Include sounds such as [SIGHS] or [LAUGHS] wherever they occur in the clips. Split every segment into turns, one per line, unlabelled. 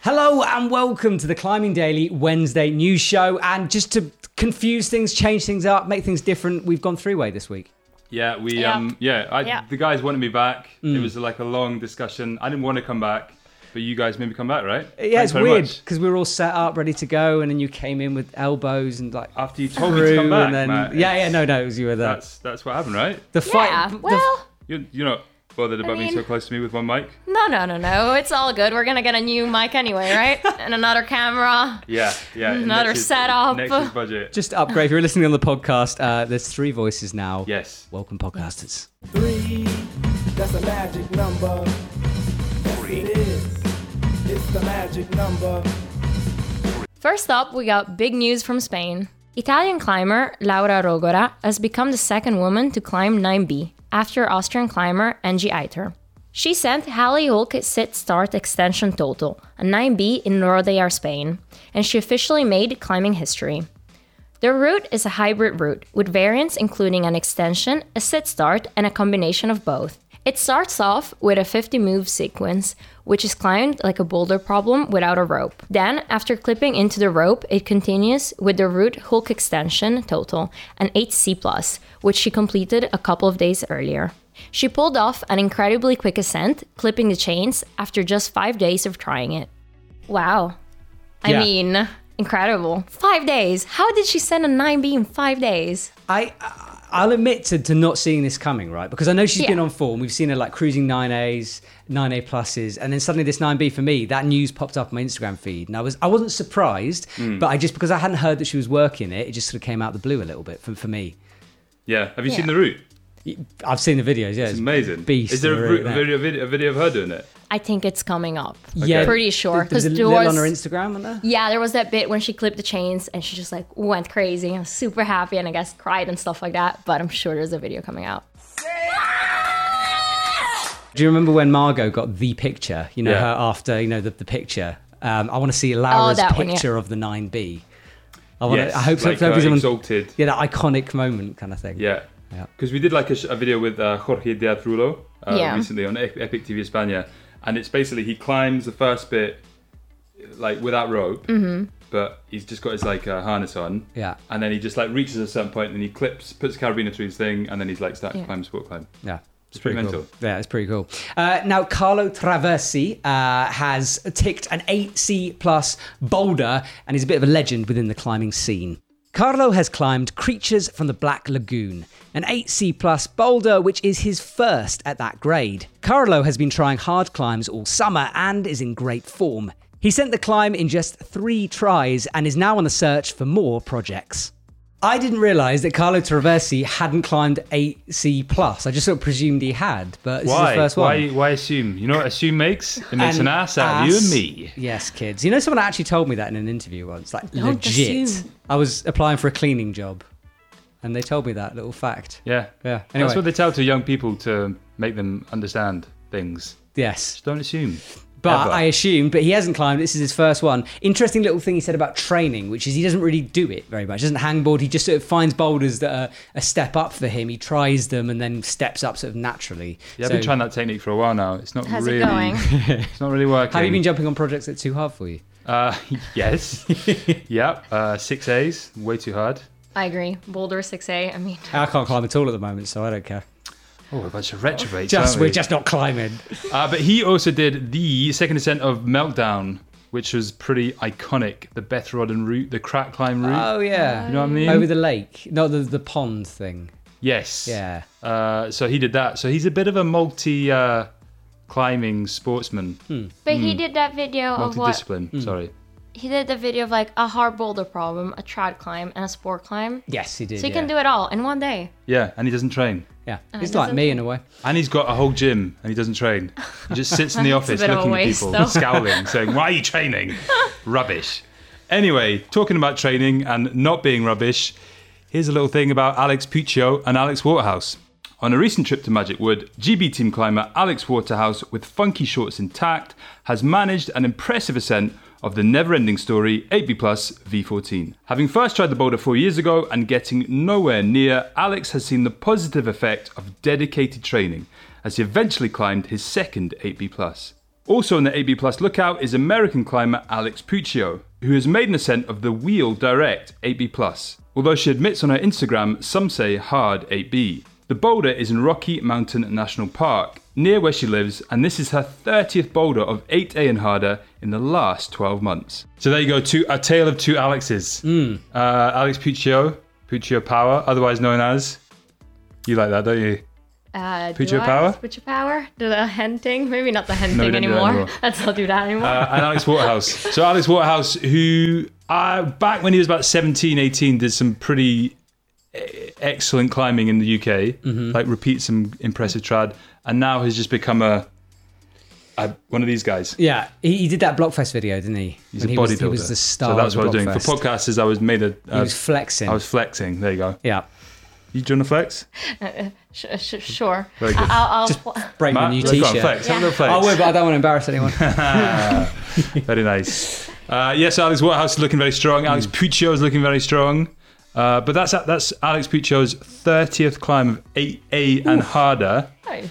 Hello and welcome to the Climbing Daily Wednesday news show. And just to confuse things, change things up, make things different, we've gone three way this week.
Yeah, we
Yeah.
um yeah, I,
Yeah.
the guys wanted me back.
Mm.
It was like a long discussion. I didn't want to come back, but you guys made me come back, right?
Yeah,
Thanks
it's
very
weird
much.
because we were all set up, ready to go, and then you came in with elbows and like
After you told me to come
through,
back,
and then
Matt,
yeah, yeah, no, no, it was you were there.
That's that's what happened, right?
The fight,
yeah.
the-
Well,
You you're not bothered about being so
mean-
close to me with one mic.
no, no, no, no. It's all good. We're gonna get a new mic anyway, right? and another camera.
Yeah,
[LAUGHS]
yeah. in
Another
next year's-
setup.
Next year's budget.
just to upgrade. If you're listening on the podcast, uh, there's three voices now.
yes.
Welcome, podcasters.
Three, that's a magic number. Yes, it is. It's the magic number.
First up, we got big news from Spain. Italian climber Laura Rogora has become the second woman to climb 9B after Austrian climber Angie Eiter. She sent Halle Hulk sit start extension total, a 9B in Nordear, Spain, and she officially made climbing history. Their route is a hybrid route, with variants including an extension, a sit start, and a combination of both. It starts off with a 50 move sequence, which is climbed like a boulder problem without a rope. Then, after clipping into the rope, it continues with the route hook extension total, an 8C, which she completed a couple of days earlier. She pulled off an incredibly quick ascent, clipping the chains after just five days of trying it. Wow. I
Yeah.
mean, incredible. Five days. How did she send a 9B in five days?
I I'll admit to, to not seeing this coming, right? Because I know she's
Yeah.
been on form. We've seen her like cruising nine A's, nine A pluses, and then suddenly this nine B for me. That news popped up on my Instagram feed, and I was I wasn't surprised,
Mm.
but I just because I hadn't heard that she was working it, it just sort of came out the blue a little bit for for me.
Yeah. Have you seen
Yeah.
the route?
I've seen the videos. Yeah,
It's amazing.
Beast.
Is there a,
of a
route,
route,
a,
that.
video, a video a video of her doing it?
I think it's coming up.
Yeah,
Pretty sure,
There's a
'cause there
little on
was-
her Instagram, wasn't there?
Yeah, there was that bit when she clipped the chains and she just like went crazy. I was super happy and I guess cried and stuff like that. But I'm sure there's a video coming out.
Do you remember when Margot got the picture? You know
Yeah.
her after you know the, the picture. Um, I want to see Lara's
Oh, that one, yeah.
picture of the nine B. I want.
Yes,
to I hope so.
like,
hopefully
uh,
someone-
exalted.
Yeah, that iconic moment kind of thing.
Yeah.
Yeah.
Because we did like a, sh- a video with uh, Jorge Deatrulo uh,
Yeah.
recently on Ep- Epic TV España, and it's basically he climbs the first bit like without rope, but he's just got his like uh, harness on.
Yeah.
And then he just like reaches a certain point, and then he clips, puts the carabiner through his thing, and then he's like starting
Yeah.
to climb, sport climb.
Yeah. It's
pretty
cool.
mental.
Yeah, it's pretty cool. Uh, now, Carlo Traversi uh, has ticked an 8C plus boulder and is a bit of a legend within the climbing scene. Carlo has climbed Creatures from the Black Lagoon, an 8C plus boulder, which is his first at that grade. Carlo has been trying hard climbs all summer and is in great form. He sent the climb in just three tries and is now on the search for more projects. I didn't realise that Carlo Traversi hadn't climbed 8C plus. I just sort of presumed he had, but this is the first one.
Why? Why assume? You know what assume makes? It makes an, ass out of you and me.
Yes, kids. You know, someone actually told me that in an interview once. Like,
Don't
legit.
assume.
I was applying for a cleaning job, and they told me that little fact.
Yeah.
Yeah.
That's
Anyway.
what they tell to young people to make them understand things.
Yes,
Just don't assume.
but
Ever.
I assumed. But he hasn't climbed. This is his first one. Interesting little thing he said about training, which is he doesn't really do it very much. He doesn't hangboard. He just sort of finds boulders that are a step up for him. He tries them and then steps up sort of naturally.
Yeah, I've
So-
been trying that technique for a while now. It's not
How's it
really. [LAUGHS]
going?
it's not really working.
Have you been jumping on projects that are too hard for you?
Uh, [LAUGHS]
[LAUGHS]
yes. yep. Uh, six A's. Way too hard.
I agree. Boulder 6A. I mean,
I can't climb at all at the moment, so I don't care.
Oh, we're a bunch of retrogrades.
Just
aren't
we're
we?
just not climbing.
Uh, but he also did the second ascent of Meltdown, which was pretty iconic. The Beth Rodden route, the crack climb route.
Uh,
Oh yeah.
you know what I mean?
Mm.
Over the lake, no, the the pond thing.
yes.
Yeah.
Uh, so he did that. So he's a bit of a multi uh, climbing sportsman,
but
Hmm.
he did that video of what
multidiscipline. Sorry.
he did the video of like a hard boulder problem, a trad climb, and a sport climb.
Yes, he did.
So you
yeah.
can do Oh, it all in one day.
Yeah, and he doesn't train.
Yeah,
it
it's like
doesn't
me in a way.
And he's got a whole gym and he doesn't train. He just sits
[LAUGHS]
in the
That's a
office
bit of a
looking at
waste,
people,
though.
[LAUGHS] scowling, saying, Why are you training? rubbish. Anyway, talking about training and not being rubbish, here's a little thing about Alex Puccio and Alex Waterhouse. On a recent trip to Magic Wood, GB team climber Alex Waterhouse, with funky shorts intact, has managed an impressive ascent of the never ending story 8B Plus V14. Having first tried the boulder four years ago and getting nowhere near, Alex has seen the positive effect of dedicated training as he eventually climbed his second 8B Plus. Also on the AB Plus lookout is American climber Alex Puccio, who has made an ascent of the Wheel Direct 8B Plus, although she admits on her Instagram some say hard 8B. The boulder is in Rocky Mountain National Park, near where she lives, and this is her 30th boulder of 8A and harder in the last 12 months. So there you go, two, a tale of two Alexes. Uh, Alex Puccio, Puccio Power, otherwise known as. You like that, don't you?
Uh, do
Put your
I
power?
Put your power. Do the hen thing? Maybe not the hen
No,
thing
don't do that
anymore.
anymore.
[LAUGHS] Let's not do that anymore.
Uh, and Alex Waterhouse. So Alex Waterhouse, who uh, back when he was about 17, 18, did some pretty eh, excellent climbing in the UK,
Mm-hmm.
like repeat some impressive trad, and now has just become a, a one of these guys.
Yeah, he, he did that Blockfest video, didn't he?
He's
When
a
he
bodybuilder.
was- He was the star.
So that's
of
what I was doing
Blockfest.
for podcasters. I was made a.
He
Uh,
was flexing.
I was flexing. There you go.
yeah,
You doing a flex?
sh- sh- sure.
Very good.
I'll, I'll, [LAUGHS]
break my
Matt,
new
let's go on,
T-shirt.
flex. Have a little flex.
I would, but I don't want to embarrass anyone. [LAUGHS]
Very nice. Uh, yes, Alex Waterhouse is looking very strong. Alex
Hmm.
Puccio is looking very strong. Uh, but that's that's Alex Puccio's 30th climb of 8A and harder
I'll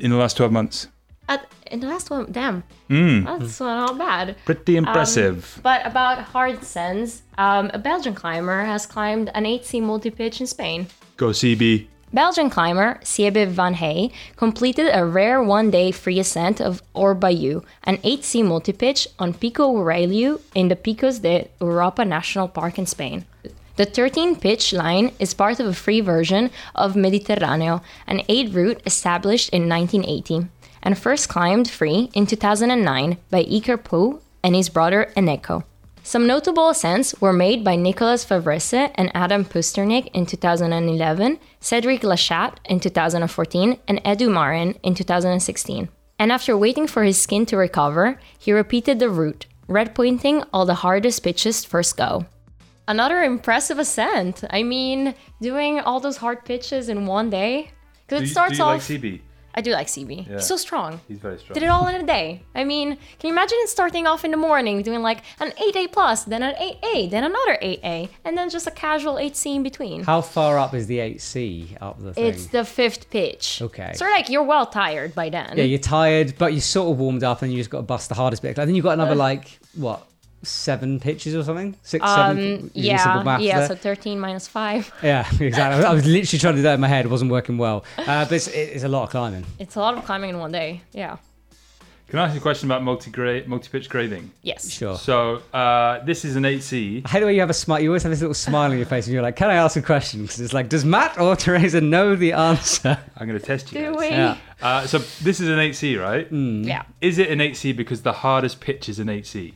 in the last 12 months.
At, in the last one, damn. That's not bad. Um,
Pretty Hmm. impressive.
But about hard sends, um, a Belgian climber has climbed an 8C multi pitch in Spain.
Go CB.
Belgian climber Siebe van Hey completed a rare one day free ascent of Orbayou, an 8C multi pitch on Pico Uraleu in the Picos de Europa National Park in Spain. The 13 pitch line is part of a free version of Mediterraneo, an 8 route established in 1980 and first climbed free in 2009 by Iker Pou and his brother Eneko. Some notable ascents were made by Nicolas Favresse and Adam Pusternik in 2011, Cedric Lachat in 2014, and Edu Marin in 2016. And after waiting for his skin to recover, he repeated the route, red pointing all the hardest pitches first go. Another impressive ascent. I mean, doing all those hard pitches in one day. Because it starts off.
CB?
I do like CB. He's so strong
He's very strong.
did it all in a day. I mean, can you imagine it starting off in the morning doing like an 8A plus, then an 8A, then another 8A, and then just a casual 8C in between?
How far up is the 8C up the thing?
It's the fifth pitch.
Okay.
So like you're well tired by then.
yeah, you're tired, but you're sort of warmed up, and you just got to bust the hardest bit. And then you've got another like what? Seven pitches or something? Six, seven.
Uh. um,
using simple
yeah,
math
yeah,
there.
so 13 minus 5.
Yeah, [LAUGHS] exactly. I was literally trying to do that in my head. It wasn't working well. Uh, but it's, it's a lot of climbing.
[LAUGHS] It's a lot of climbing in one day. Yeah.
Can I ask you a question about multi multi pitch grading?
Yes.
Sure.
So uh, this is an 8C.
I hate the way you have a smile. You always have this little smile on your face, and you're like, "Can I ask a question?" Because it's like, does Matt or [LAUGHS] Teresa know the answer?
I'm going to test you.
Do
guys.
we? Hmm.
Yeah. Mm.
Uh, so this is an 8C, right?
Yeah.
Is it an 8C because the hardest pitch is an 8C?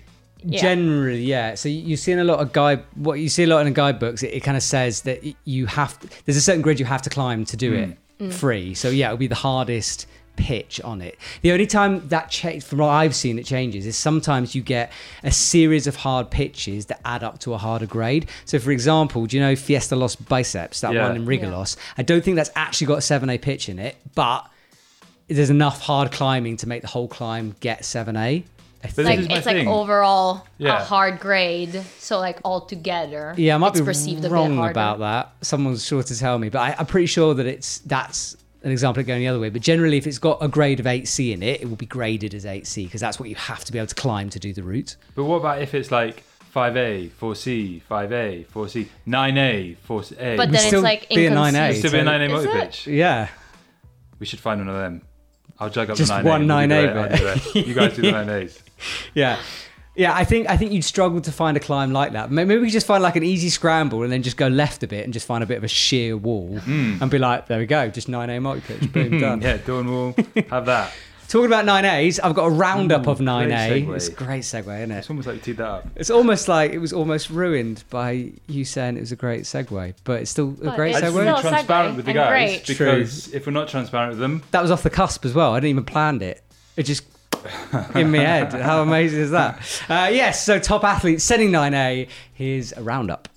Yeah.
Generally, yeah. So you- you've seen a lot of guide. What you see a lot in the guidebooks, it, it kind of says that y- you have. To, there's a certain grid you have to climb to do it free. So yeah, it'll be the hardest pitch on it. The only time that change, from what I've seen, it changes is sometimes you get a series of hard pitches that add up to a harder grade. So for example, do you know Fiesta Los Biceps? That
Yeah.
one in Rigolos. I don't think that's actually got a seven A pitch in it, but there's enough hard climbing to make the whole climb get seven A.
But
Like
this is my
it's like
thing.
overall
Yeah.
a hard grade, so like all together.
Yeah, I might
it's
be
perceived a bit
wrong
harder.
about that. Someone's sure to tell me, but I, I'm pretty sure that it's that's an example of going the other way. But generally, if it's got a grade of 8C in it, it will be graded as 8C because that's what you have to be able to climb to do the route.
But what about if it's like 5A, 4C, 5A, 4C, 9A, 4A?
But
would
then it's
still
like
be a 9A.
Used to
inconsistent.
be a
so-
9A
Is
multi
it?
pitch.
Yeah,
We should find one of them. I'll jug up
Just
the 9A.
one
We'll do
9A
the- I'll do the- You guys
[LAUGHS]
do the 9As.
yeah, yeah. I think I think you'd struggle to find a climb like that. May- Maybe we could just find like an easy scramble and then just go left a bit and just find a bit of a sheer wall and be like, there we go, just 9A multi pitch,
[LAUGHS]
boom, done.
Hmm. Yeah, Dawn will have that.
Talking about 9As, I've got a roundup
Ooh,
of 9A.
great segue.
It's a great segue, isn't it?
It's almost like we teed that up.
It's almost like it was almost ruined by you saying it was a great segue, but it's still a
But
great
it's
I
segue.
just want to
Well,
be transparent
segue
with the
and
guys
great.
because if we're not transparent with them,
That was off the cusp as well. I didn't even planned it. It just in my head. How amazing is that? Uh, yes. So top athlete setting 9A. Here's a roundup.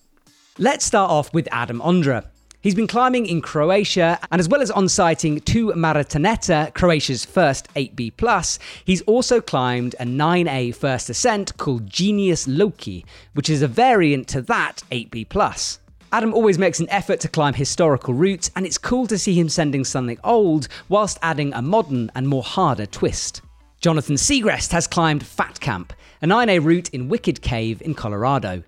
Let's start off with Adam Ondra. He's been climbing in Croatia, and as well as on sighting two Maratoneta, Croatia's first 8B plus, he's also climbed a 9A first ascent called Genius Loki, which is a variant to that 8B plus. Adam always makes an effort to climb historical routes, and it's cool to see him sending something old whilst adding a modern and more harder twist. Jonathan Segrest has climbed Fat Camp, a 9A route in Wicked Cave in Colorado.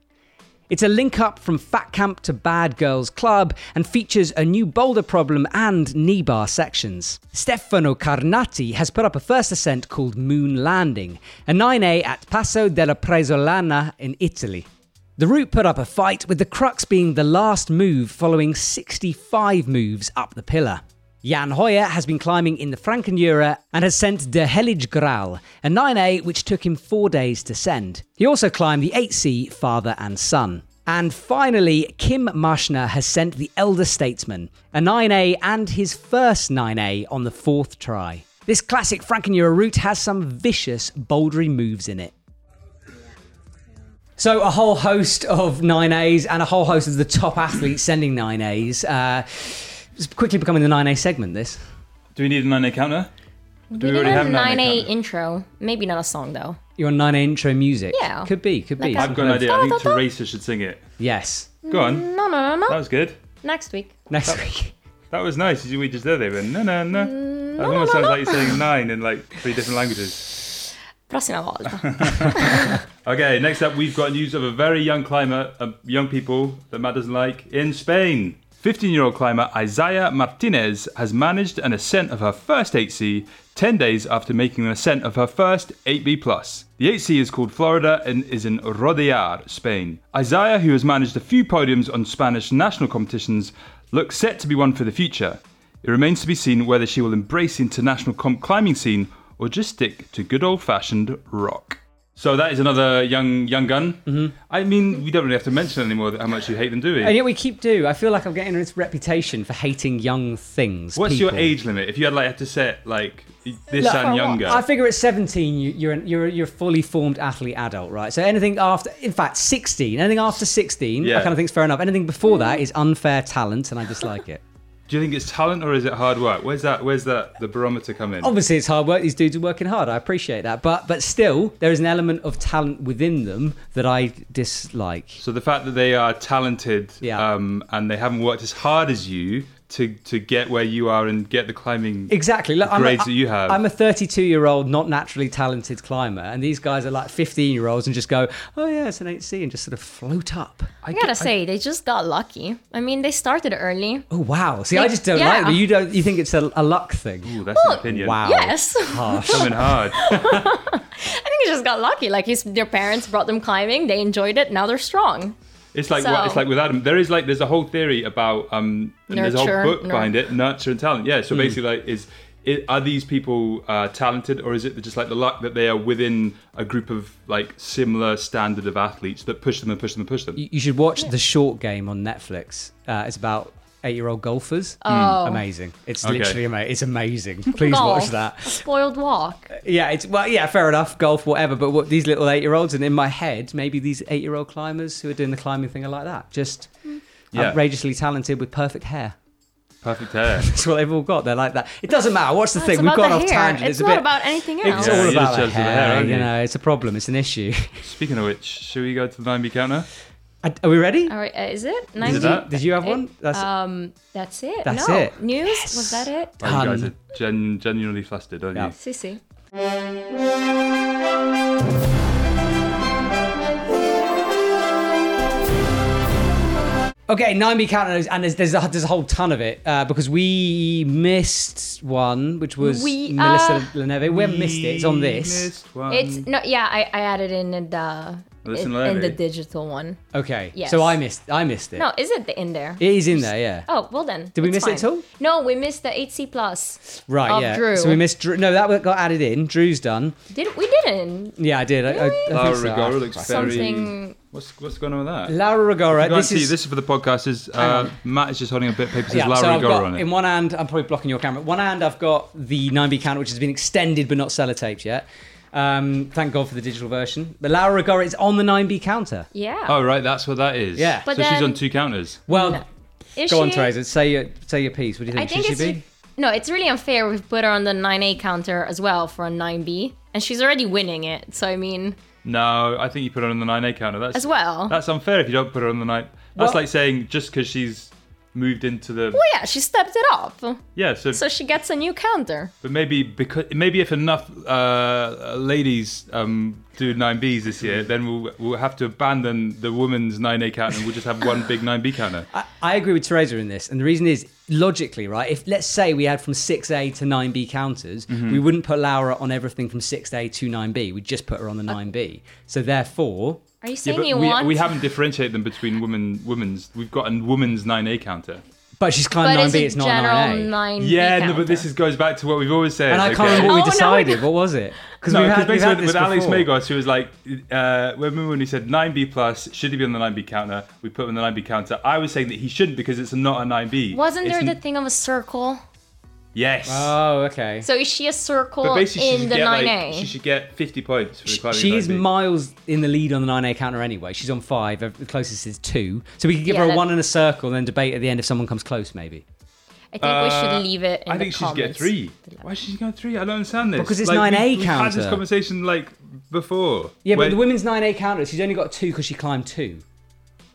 It's a link up from Fat Camp to Bad Girls Club and features a new boulder problem and knee bar sections. Stefano Carnati has put up a first ascent called Moon Landing, a 9A at Passo della Presolana in Italy. The route put up a fight, with the crux being the last move following 65 moves up the pillar. Jan Hoyer has been climbing in the Frankenjura and has sent De Hellige Graal, a 9A which took him four days to send. He also climbed the 8C Father and Son. And finally, Kim Marshner has sent the Elder Statesman, a 9A and his first 9A on the fourth try. This classic Frankenjura route has some vicious, bouldery moves in it. So a whole host of nine A's and a whole host of the top athletes sending nine A's. Uh, it's quickly becoming the nine A segment. This.
Do we need a 9A counter? Do
We
already
did a
have an
9A
icon?
intro. Maybe not a song though.
You're on 9A intro music.
Yeah.
Could be, could be.
Like a-
I've got an idea. I think
Da-da-da.
Teresa should sing it.
Yes.
Go on.
No, no, no,
That
no.
was good.
Next week.
Next week.
That was nice. We just did it. No, no, no. That
no,
almost sounds
no.
like you're saying nine in like three different languages.
Prossima
[LAUGHS]
volta.
Okay, next up, we've got news of a very young climber, uh, young people that Matt doesn't like, in Spain. 15 year old climber Isaiah Martinez has managed an ascent of her first 8C 10 days after making an ascent of her first 8B. The 8C is called Florida and is in Rodear, Spain. Isaiah, who has managed a few podiums on Spanish national competitions, looks set to be one for the future. It remains to be seen whether she will embrace the international comp climbing scene or just stick to good old fashioned rock. So that is another young young gun. Mm-hmm. I mean, we don't really have to mention anymore how much you hate them, do we?
And yet we keep do. I feel like I'm getting this reputation for hating young things.
What's your
people.
age limit? If you had like had to set like this
Look,
and younger,
I figure at 17 you, you're an, you're you're a fully formed athlete adult, right? So anything after, in fact, 16. Anything after 16,
Yeah.
I kind of think's fair enough. Anything before that is unfair talent, and I dislike
[LAUGHS]
it.
do you think it's talent or is it hard work? Where's that? Where's that? The barometer come in?
obviously it's hard work these dudes are working hard i appreciate that but but still there is an element of talent within them that i dislike
So the fact that they are talented
Yeah.
um, and they haven't worked as hard as you to to get where you are and get the climbing.
exactly look,
The
I'm,
grades
a,
that you have.
I'm a 32 year old not naturally talented climber and these guys are like 15 year olds and just go oh yeah it's an 8c and just sort of float up
I gotta say, they just got lucky. I mean, they started early.
oh wow see i
Like,
just don't
yeah.
like it you don't you think it's a, a luck thing
Ooh, that's an opinion.
wow
Yes. [LAUGHS]
harsh
Coming hard.
I think they just got lucky. Like his, their parents brought them climbing. They enjoyed it. Now they're strong.
It's like
So-
what it's like with Adam. There is like there's a whole theory about um and there's a
Nurture,
whole book
nur-
behind it, nurture and talent. Yeah, so basically like is it, are these people uh, talented or is it just like the luck that they are within a group of like similar standard of athletes that push them and push them and push them?
you you should watch the short game on netflix uh, it's about Eight-year-old golfers,
Oh.
amazing! It's
Okay.
literally amazing. It's amazing. Please
Golf.
watch that.
A spoiled walk.
Yeah, it's well, yeah, fair enough, golf, whatever. But what these little eight-year-olds, and in my head, maybe these eight-year-old climbers who are doing the climbing thing are like that, just
Yeah.
outrageously talented with perfect hair. [LAUGHS]
Perfect hair.
That's what they've all got. They're like that. It doesn't matter. What's the
It's
thing? We've
about
gone
the
off
hair.
tangent.
It's
a
not
bit.
about anything else.
It's
Yeah,
all
you're
about
just
the
obsessed with the
hair.
hair, aren't
you
you?
know, it's a problem. It's an
[LAUGHS]
issue.
Speaking of which, should we go to the 9B counter?
Are are we ready?
All right, uh, is it
Is
ninety?
it that?
Did you have one? That's
Um, that's it.
That's
no
it.
news. Was that it?
Oh, you guys
Done.
are gen- genuinely flustered, aren't
Yeah.
you?
Sissy.
Okay, nine B counters, and there's there's a, there's a whole ton of it uh, because we missed one, which was
We,
Melissa
uh,
Leneve. We, missed it. It's on this.
Missed one.
It's
Um,
no. Yeah, I, I added in the
Listen,
in, in the
Levy.
digital one.
Okay,
Yes.
so I missed I missed it.
No, is it in there?
It is in there, yeah.
Oh well then.
Did we
it's
miss it
fine.
at all?
No, we missed the 8C plus.
Right,
of
yeah.
Drew.
So we missed Drew. No, that got added in. Drew's done.
Did we didn't?
Yeah, I did. I, I, I think
Laura
so.
Rigora looks
Fuck.
very.
Something-
What's what's going on with that?
Laura Rigora.
You can't
This
see,
is.
this is for the podcast. Is uh, Matt is just holding a bit of paper that says
yeah,
Laura
so I've
Rigora
got
on it.
in one hand. I'm probably blocking your camera. One hand, I've got the 9B count, which has been extended but not sellotaped yet. Um, thank God for the digital version. But Laura Rigora is on the 9B counter.
Yeah.
Oh right, that's what that is.
Yeah.
so
But
she's on
then-
two counters.
Well,
Is
go on,
she-
Teresa. Say your say your piece. What do you
I
think?
think
Should
it's
she be?
no. It's really unfair. We've put her on the 9A counter as well for a 9B, and she's already winning it. So I mean,
No, I think you put her on the nine A counter. That's
as well.
That's unfair if you don't put her on the nine. That's
Well-
like saying just because she's moved into the
Well, oh yeah, she stepped it up.
yeah. So,
So she gets a new counter.
but maybe because maybe if enough uh, ladies um, do nine Bs this year, then we'll we'll have to abandon the women's nine A count and we'll just have one big nine B
[LAUGHS]
counter.
I, I agree with Teresa in this, and the reason is logically, right? If let's say we had from six A to nine B counters,
Mm-hmm.
we wouldn't put Laura on everything from six A to nine B. We'd just put her on
Uh,
the nine B. So therefore,
Are you
Yeah,
saying
but
you
we,
want?
we haven't differentiated them between women women's. We've got a women's nine A counter.
but she's climbed
but
nine
it's
B.
a
It's not
general
nine A.
nine.
Yeah,
B
no, but this is
counter.
goes back to what we've always said.
And I can't
okay?
remember what we
Oh, no, we
decided.
don't.
what was it? Because
No,
we've had, we've
because basically
had
with,
this
with Alex
before.
Magos, who was like, uh, when when he said 9B plus, should he be on the 9B counter? We put him on the 9B counter. I was saying that he shouldn't because it's not a 9B.
Wasn't
It's
there the
n-
thing of a circle?
Yes.
Oh, okay.
So is she a circle
but basically, she
in
should,
the
get,
nine
like,
A?
she should get 50 points for the climbing
She is
9B.
miles in the lead on the 9A counter anyway. She's on five. uh, The closest is two. So we could give
Yeah,
her a
that-
one and a circle and then debate at the end if someone comes close, maybe.
I think we should leave it. In
uh, I
the
think she should get
comments.
three. Why should she get three? I don't understand this.
Because it's
Like,
9A
we, We've had this
counter.
conversation like before.
Yeah,
Where-
but the women's 9A counter, she's only got two because she climbed two.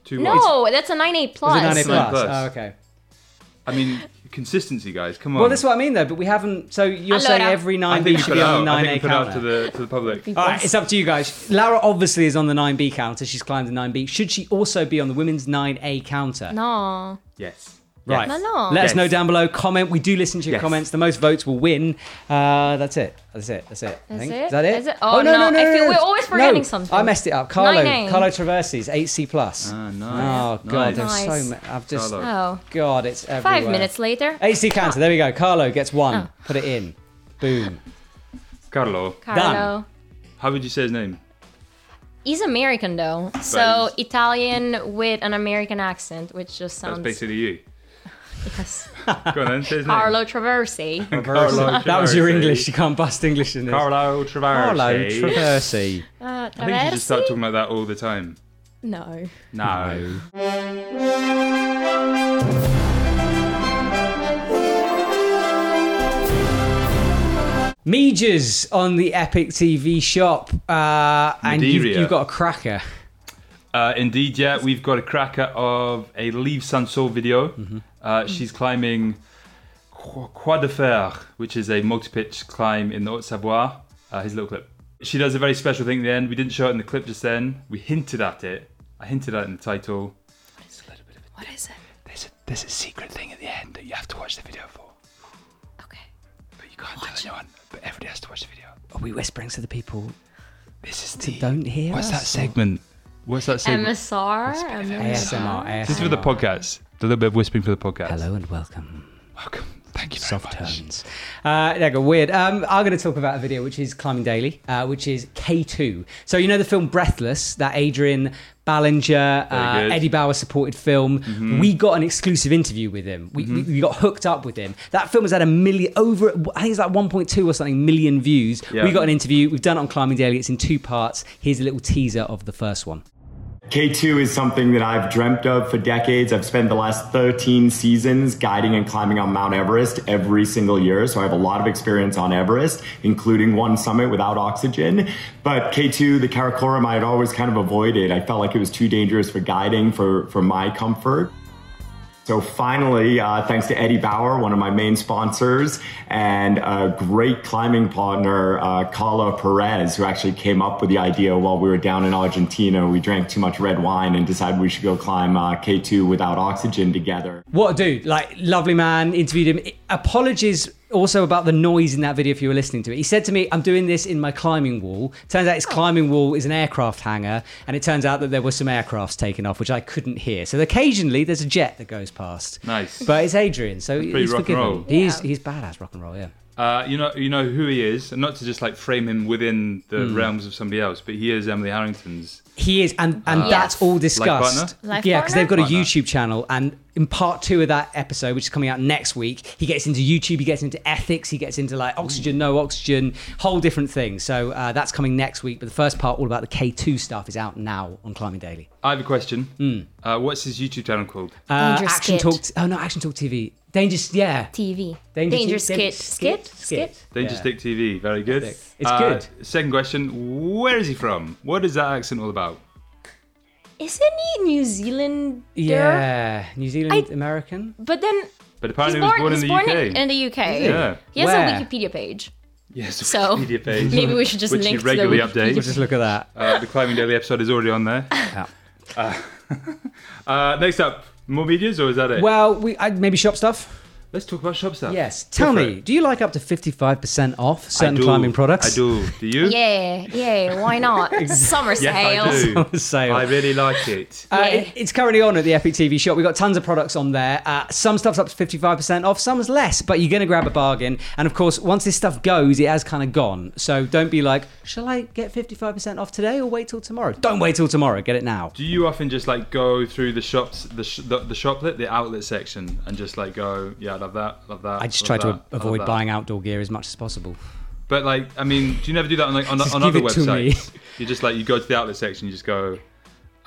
two ones.
No, that's a nine A
Was
plus.
it 9A
Nine
plus?
plus.
Oh, okay.
I mean, consistency, guys. Come on.
Well, that's what I mean, though, but we haven't. So you're
Allora.
saying every
I
9B
think you
should
put
be
it
on the
out. I
9A
think you put it
counter.
out to the to the public.
All right, it's up to you guys. Lara obviously is on the 9B counter. She's climbed the 9B. Should she also be on the women's 9A counter?
No.
Yes.
Right.
No, no.
Let us
Yes.
know down below. Comment. We do listen to your
Yes.
comments. The most votes will win. Uh, that's it. That's it. That's it. I
That's
think.
it?
Is that it?
Is it? Oh, no. I feel we're always forgetting something.
I messed it up. Carlo.
9A.
Carlo Traverses. 8C plus.
Ah, nice.
Oh god,
Nice.
there's so
Nice.
many. I've just.
Carlo.
Oh.
God, it's everywhere.
Five minutes later.
8C counter. There we go. Carlo gets one.
Oh.
Put it in. Boom.
Carlo,
Carlo.
how would you say his name?
He's American though, so Italian with an American accent, which just
That's
sounds.
basically you.
yes.
[LAUGHS] Go on then, say his name.
Carlo Traversi.
Carlo
that was your
Traversi.
English. You can't bust English in this.
Carlo Traversi.
Carlo Traversi.
Uh,
I think you should just start
Traversi?
talking about that all the time.
No.
No.
Meejers on the Epic TV shop, uh, and you've,
Madeira.
you've got a cracker.
Uh, indeed, yeah, we've got a cracker of a Leave Sansol video.
Mm-hmm.
Uh, she's climbing Qu- Croix de Fer, which is a multi-pitch climb in the Haute-Savoie. Uh, here's a little clip. She does a very special thing at the end. We didn't show it in the clip just then. We hinted at it. I hinted at it in the title. It's a little bit of a-
What is it?
there's a there's a secret thing at the end that you have to watch the video for,
Okay.
but you can't tell anyone. But everybody has to watch the video. Oh,
Are we whispering so the people
This is the
don't hear
What's that
us?
segment? What's that segment?
MSR. MSR.
ASMR, ASMR.
This is for the podcast. A little bit of whispering for the podcast.
Hello and welcome.
Welcome. Thank you very
Soft
much.
tones. Uh, there you go, weird. Um, I'm going to talk about a video which is Climbing Daily, uh, which is K2. So, you know the film Breathless, that Adrian Ballinger, uh,
good. Mm-hmm.
Eddie Bauer supported film? We got an exclusive interview with him. We, we, we got hooked up with him. That film has had a million, over, I think it's like 1.2 or something million views.
Yeah.
We got an interview. We've done it on Climbing Daily. It's in two parts. Here's a little teaser of the first one.
K2 is something that I've dreamt of for decades. I've spent the last 13 seasons guiding and climbing on Mount Everest every single year. So I have a lot of experience on Everest, including one summit without oxygen. But K2, the Karakoram, I had always kind of avoided. I felt like it was too dangerous for guiding, for, for my comfort. So finally, uh, thanks to Eddie Bauer, one of my main sponsors, and a great climbing partner, uh, Carla Perez, who actually came up with the idea while we were down in Argentina. We drank too much red wine and decided we should go climb uh, K2 without oxygen together.
What a dude. Like, lovely man. Interviewed him. Apologies also about the noise in that video if you were listening to it. He said to me, I'm doing this in my climbing wall. Turns out his climbing wall is an aircraft hangar, and it turns out that there were some aircrafts taken off, which I couldn't hear. So occasionally there's a jet that goes past.
Nice.
But it's Adrian, so
pretty
he's
rock and
forgiven.
roll.
He's,
Yeah.
he's badass rock and roll, yeah.
Uh, you know, you know who he is, and not to just like frame him within the
Hmm.
realms of somebody else, but he is Emily Harrington's.
He is, and and that's all discussed.
partner?
Life
yeah, because they've got a
partner?
Partner.
YouTube channel, and in part two of that episode, which is coming out next week, he gets into YouTube, he gets into ethics, he gets into like oxygen, no oxygen, whole different things. So uh, that's coming next week. But the first part, all about the K two stuff, is out now on Climbing Daily.
I have a question.
Hmm.
Uh, what's his YouTube channel called?
Uh,
Dangerous
Action
Kid.
Talk. Oh no, Action Talk TV. Dangerous, yeah.
TV.
Dangerous,
Dangerous
Dangerous
Kid. Skit. Skit.
Danger
Yeah.
Stick TV. Very good. Uh,
It's good.
Second question: Where is he from? What is that accent all about?
Isn't he New Zealander?
Yeah, New Zealand
I-
American.
But then
But
he's
apparently,
born,
he was born in
he's
the
born
UK.
in, in the UK.
Yeah.
He has
Where?
a Wikipedia page.
Yes, a
So,
Wikipedia page.
maybe we should just
which he
link to the
regularly
Wikipedia.
We'll
updates.
just look at that.
Uh, the climbing daily episode is already on
[LAUGHS]
there.
Yeah.
Uh, uh, next up, more medias, or is that it?
Well, we I, maybe shop stuff.
Let's talk about shop stuff.
Yes.
Go
Tell
for
me,
it.
do you like up to fifty-five percent off
I
certain
do.
climbing products?
I do. Do you?
Yeah, yeah,
[LAUGHS]
why not? Summer
Yes,
sales.
I do.
Sale.
I really like it.
Uh,
Yeah.
it- it's currently on at the Epic TV shop. We've got tons of products on there. Uh, some stuff's up to 55% off, some is less, but you're going to grab a bargain. And of course, once this stuff goes, it has kind of gone. So don't be like, shall I get 55% off today or wait till tomorrow? Don't wait till tomorrow. Get it now.
Do you often just like go through the shops, the sh- the, the shoplet, the outlet section, and just like go, yeah, I love that, love that.
I just try
love
to
that,
a-
love
avoid
that."
buying outdoor gear as much as possible.
But like, I mean, do you never do that on like on,
Just
on
give
other
it to me.
websites? You just like you go to the outlet section, you just go,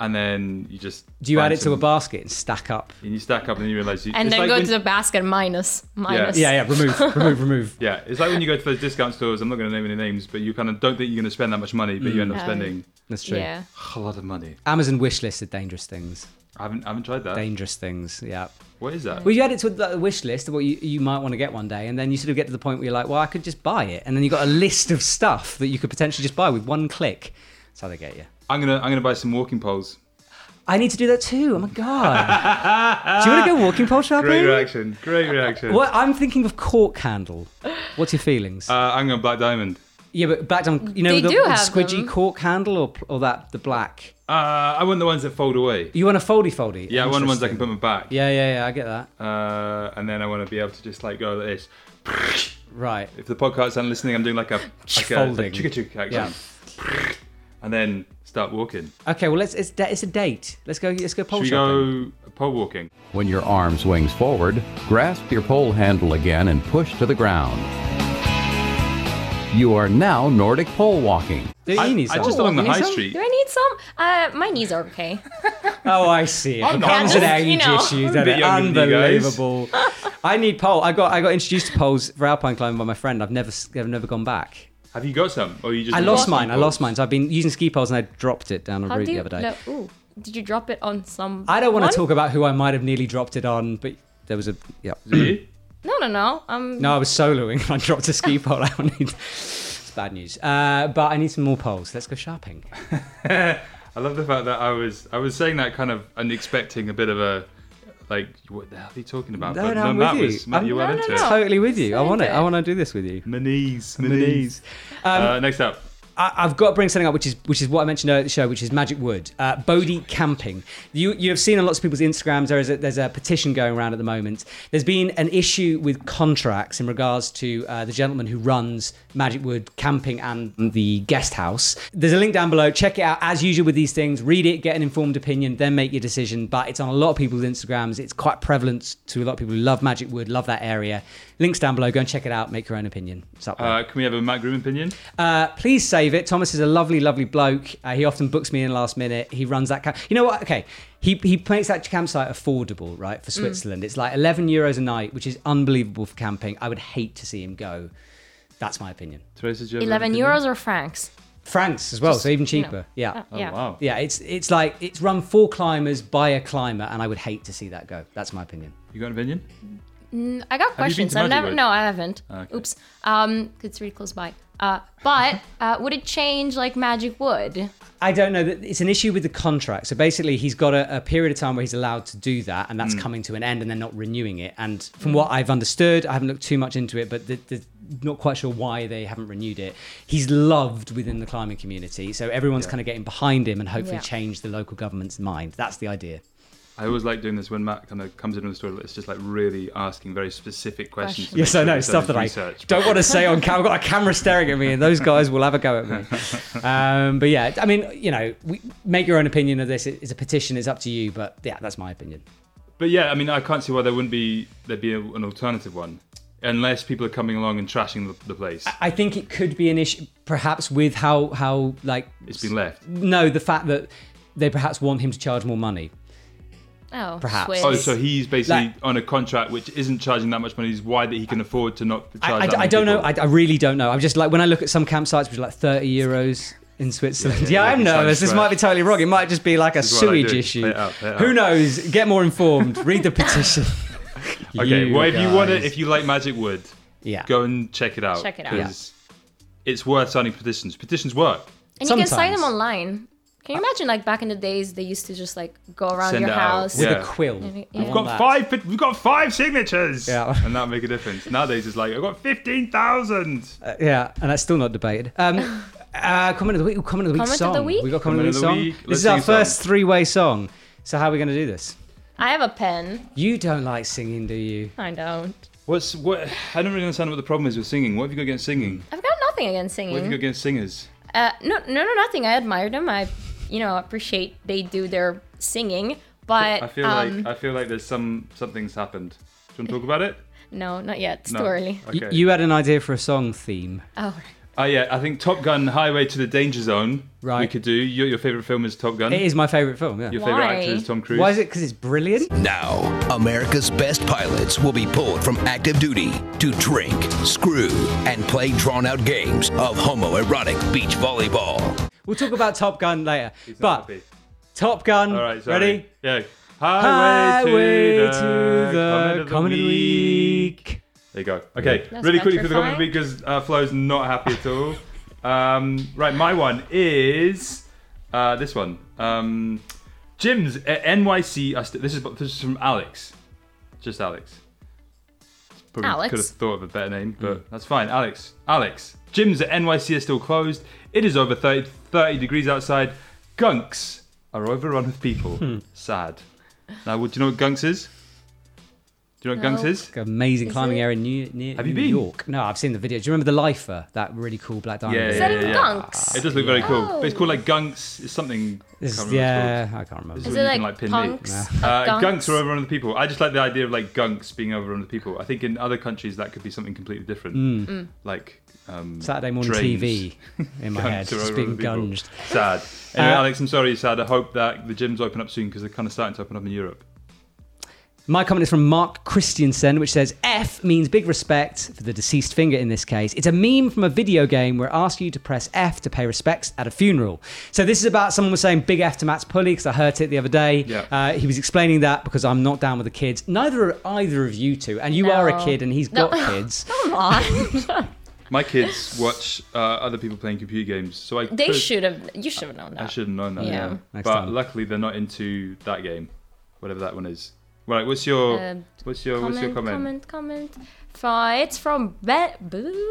and then you just
Do you
find
add it to a
some-
basket and stack up?
And you stack up, and then you realize you.
And
it's
then
like
go
when-
to the basket minus, minus.
Yeah, yeah, remove, remove, remove.
[LAUGHS] Yeah, it's like when you go to those discount stores. I'm not going to name any names, but you kind of don't think you're going to spend that much money, but you end up
Right.
spending
That's true.
Yeah.
a lot of money.
Amazon wish lists are dangerous things.
I haven't, I haven't tried that.
Dangerous things, yeah.
What is that?
Well, you add it to like, a wish list of what you, you might want to get one day, and then you sort of get to the point where you're like, well, I could just buy it. And then you've got a list of stuff that you could potentially just buy with one click. That's how they get you.
I'm gonna, I'm gonna buy some walking poles.
I need to do that too. Oh my God. [LAUGHS] do you want to go walking pole shopping?
Great reaction. Great reaction.
Well, I'm thinking of cork handle. What's your feelings?
Uh, I'm going black diamond.
yeah, but back down, you know,
They
the,
do
the
have
squidgy
them.
cork handle or, or that, the black.
Uh, I want the ones that fold away.
You want a foldy foldy?
Yeah, I want the ones I can
Interesting.
put in my back.
Yeah, yeah, yeah, I get that.
Uh, and then I want to be able to just like go like this.
Right.
If the podcast aren't listening, I'm doing like a like a,
Folding.
like chicka chicka action.
Yeah.
And then start walking.
Okay, well, let's, it's, it's a date. Let's go, let's go pole
Should we
shopping.
go pole walking?
When your arm swings forward, grasp your pole handle again and push to the ground. You are now Nordic pole walking.
Do you
I,
need
I
some?
just along the
You need
high
some?
street.
Do I need some? Uh, my knees are okay.
[LAUGHS]
Oh, I see. It
I'm not-
becomes an
I'm
just, you
age
know.
issue.
I'm a
doesn't
bit
it?
younger than you guys.
Unbelievable. I need pole. I got I got introduced to poles for alpine climbing by my friend. I've never s- I've never gone back.
Have you got some? Or you just
I lost
some
mine. I
poles?
lost mine. So I've been using ski poles and I dropped it down a
How
route
do
the
you?
other day.
No, ooh, did you drop it on some?
I don't want
one?
to talk about who I might have nearly dropped it on, but there was a yeah.
Do you?
No, no, no. Um,
No, I was soloing and I dropped a ski pole. [LAUGHS] I need. It's bad news. Uh, but I need some more poles. Let's go shopping.
I love the fact that I was I was saying that kind of and expecting a bit of a like what the hell are you talking about?
No,
but
no, I'm
that
with you.
was Matt,
I'm-
you went
No, no,
into
no.
it.
Totally with you. I
Send
want it.
it.
I want to do this with you.
My knees, my knees.
Um,
uh, next up.
I, I've got to bring something up, which is which is what I mentioned earlier at the show, which is Magic Wood, uh, Bodhi camping. You you have seen on lots of people's Instagrams. There is a, there's a petition going around at the moment. There's been an issue with contracts in regards to uh, the gentleman who runs Magic Wood camping and the guest house. There's a link down below. Check it out as usual with these things. Read it, get an informed opinion, then make your decision. But it's on a lot of people's Instagrams. It's quite prevalent to a lot of people who love Magic Wood, love that area. Links down below. Go and check it out. Make your own opinion. It's up there.
Uh, can we have a Matt Groom opinion?
Uh, please save it. Thomas is a lovely, lovely bloke. Uh, he often books me in last minute. He runs that camp. You know what? Okay. He, he makes that campsite affordable, right, for Switzerland. It's like 11 euros a night, which is unbelievable for camping. I would hate to see him go. That's my opinion.
Teresa, do you have an
eleven
opinion?
euros or francs?
France as well, so even
you know,
cheaper. Yeah.
uh,
Oh,
yeah.
wow.
Yeah, it's it's like it's run for climbers by a climber, and I would hate to see that go. That's my opinion.
You got an opinion?
I got questions.
to
I
Magic
never.
Wood?
No, I haven't.
Okay.
Oops. Um, it's really close by. Uh,
[LAUGHS]
but uh, would it change like Magic Wood?
I don't know. that- It's an issue with the contract. So basically, he's got a, a period of time where he's allowed to do that, and
Mm.
that's coming to an end, and they're not renewing it. And from what I've understood, I haven't looked too much into it, but the, the, not quite sure why they haven't renewed it. He's loved within the climbing community, so everyone's kind of getting behind him and hopefully
Yeah.
change the local government's mind. That's the idea.
I always like doing this when Matt kind of comes in with a story that's just like really asking very specific questions. to
Yes, I
make sure
know
he's done
stuff
his
that I
research.
don't want to say on camera. I've got a camera staring at me, and those guys will have a go at
[LAUGHS]
me. Um, but yeah, I mean, you know, we, make your own opinion of this. It- It's a petition. It's up to you. But yeah, that's my opinion.
But yeah, I mean, I can't see why there wouldn't be there'd be a, an alternative one, unless people are coming along and trashing the, the place.
I think it could be an issue, perhaps with how how like
It's been left.
no the fact that they perhaps want him to charge more money.
Oh,
Perhaps.
Swiss.
Oh, so he's basically
Like-
on a contract which isn't charging that much money. Is why that he can afford to not charge.
I, I,
that
I
many
don't know.
people.
I, I really don't know. I'm just like when I look at some campsites, which are like 30 euros. in Switzerland. Yeah,
yeah, yeah,
I'm
it sounds
nervous. This
right.
might be totally wrong. It might just be like a
is what I
sewage
do.
issue.
Play it up, play it
Who
up.
knows? Get more
[LAUGHS]
informed. Read the petition.
Okay, well, if you want
guys.
to, if you like Magic Wood,
yeah.
go and check it out.
Check it out.
'cause It's worth signing petitions. Petitions work.
And you can sign
Sometimes.
them online. Can you imagine, like back in the days, they used to just like go around
Uh, Send
your
it out.
house.
With
Yeah.
a quill.
Maybe-
I
yeah.
We've
want that.
got five. pet- We've got five signatures.
Yeah.
[LAUGHS] and that make a difference. Nowadays, it's like I've got fifteen thousand.
Yeah, and that's still not debated. Um, uh, comment of the week. Ooh, comment of the week
Comment of
song.
the week?
We got comment,
Comment
of the
of the
week song. This
week. Let's
is our
sing a song.
first three-way song. So how are we going to do this?
I have a pen.
You don't like singing, do you?
I don't.
What's what? I don't really understand what the problem is with singing. What have you got against singing?
I've got nothing against
What have you
singing.
got against singers?
uh, no, no, no, nothing. I admire them. I, you know, appreciate they do their singing. But
I feel
um,
like I feel like there's some something's happened. Do you want to talk about it?
no, not yet. It's
No.
too early.
Y-
Okay.
You had an idea for a song theme.
Oh,
[LAUGHS] Oh yeah, I think Top Gun: Highway to the Danger Zone.
Right.
We could do. Your, your favorite film is Top Gun.
It is my favorite film. Yeah.
Your favorite
Why?
actor is Tom Cruise.
Why is it? Because it's brilliant.
Now, America's best pilots will be pulled from active duty to drink, screw, and play drawn out games of homoerotic beach volleyball.
We'll talk about Top Gun later.
[LAUGHS] He's not
but
happy.
Top Gun.
all right, sorry.
ready?
Yeah.
Highway
Highway,
to the comment of the week.
There you go. Okay,
That's
really quickly for the comment of the
petrifying.
week because uh, Flo's not happy at all. Um, right, my one is uh, this one. Um, Jim's uh, at NYC. I st- this is this is from Alex. Just Alex. Probably
Alex?
Could have thought of a better name, but that's fine. Alex. Alex. Gyms at NYC are still closed. It is over 30, 30 degrees outside. Gunks are overrun with people. Sad. Now, what- do you know what gunks is? Do you know what gunks
No.
is?
Amazing climbing
it?
area in New, near
Have you
New
been?
York. No, I've seen the video. Do you remember the Lifer? That really cool black diamond.
Yeah,
is
yeah,
that in
yeah, yeah.
gunks?
It does look very cool. But it's
Oh.
called like gunks. It's something. I
This-
can't remember what it's
yeah,
called.
I can't remember.
Is
you
it
can,
like,
like, pin me.
punks?
Uh,
Gunks?
gunks. are overrun with people. I just like the idea of like gunks being overrun with people. I think in other countries that could be something completely different.
Mm.
Like um,
Mm. Saturday morning
drains. [LAUGHS]
TV in my head,
Gunks are
just
overrun
being
with people.
gunged.
Sad. Anyway,
Uh,
Alex, I'm sorry, you're sad. I hope that the gyms open up soon because they're kind of starting to open up in Europe.
My comment is from Mark Christiansen, which says F means big respect for the deceased finger in this case. It's a meme from a video game where it asks you to press F to pay respects at a funeral. So this is about someone was saying big F to Matt's pulley because I heard it the other day.
Yeah.
Uh, he was explaining that because I'm not down with the kids. Neither are either of you two, and you are a
No.
kid, and he's
No.
got [LAUGHS] kids.
Come on. [LAUGHS]
My
[SIGHS]
kids watch uh, other people playing computer games, so I
they
could-
should have. You should have known that.
I should have known that.
Ah, Yeah.
Yeah.
Next
But
time.
luckily, they're not into that game, whatever that one is. Right. What's your
Um,
What's your What's your
Comment,
comment?
comment, comment. Fi- It's from Ben. Boo,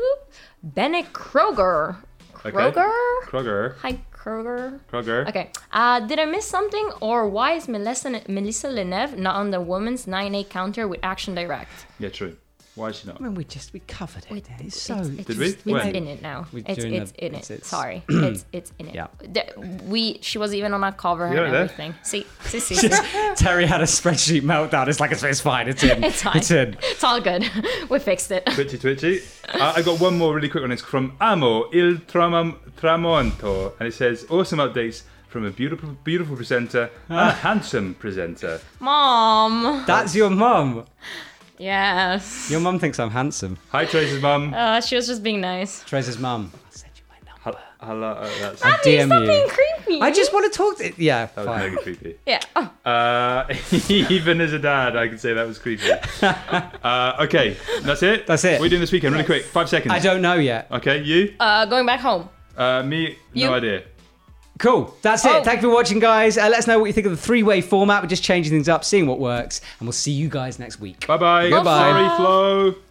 Bennett Kroger.
Okay.
Kroger.
Kroger.
Hi, Kroger.
Kroger.
Okay. Uh, did I miss something, or why is Melissa, Melissa Leneve not on the women's 9A counter with Action Direct?
Yeah. True. Why is she not?
I mean, we just we covered it. it's so
it's, it's
Did we?
just-
When?
It's in it now.
We're
It's,
doing
it's
the-
in
it's-
it.
it's- [CLEARS THROAT]
Sorry, it's it's in it.
Yeah.
The- we she was even on a cover
Yeah,
and
there.
everything. See, see,
[LAUGHS]
see, see.
[LAUGHS] Terry had a spreadsheet meltdown. It's like it's, it's fine. It's in.
It's fine.
It's in.
It's all good. [LAUGHS] we fixed it.
Twitchy, twitchy. I, I got one more really quick one. It's from Amo Il Tramam, Tramonto, and it says awesome updates from a beautiful, beautiful presenter and
Ah.
a handsome presenter.
Mom.
That's your mum.
Yes.
Your mum thinks I'm handsome.
Hi, Trace's mum.
Uh, she was just being nice.
Trez's mum. I'll send you my number.
Hello. uh,
[LAUGHS]
that's
DM
stop
you.
being creepy.
I just want to talk to. Yeah,
that was
fine.
mega creepy.
yeah. Oh,
Uh, [LAUGHS] even as a dad, I could say that was
[LAUGHS]
creepy. uh, okay, that's it.
That's it.
What are you doing this weekend? Really quick, five seconds.
I don't know yet.
Okay, you?
uh, going back home.
Uh, me?
you.
No idea.
Cool. That's it.
Oh.
Thank you for watching, guys. Uh, let us know what you think of the three-way format. We're just changing things up, seeing what works, and we'll see you guys next week.
Bye bye.
Goodbye.
Sorry, Flo.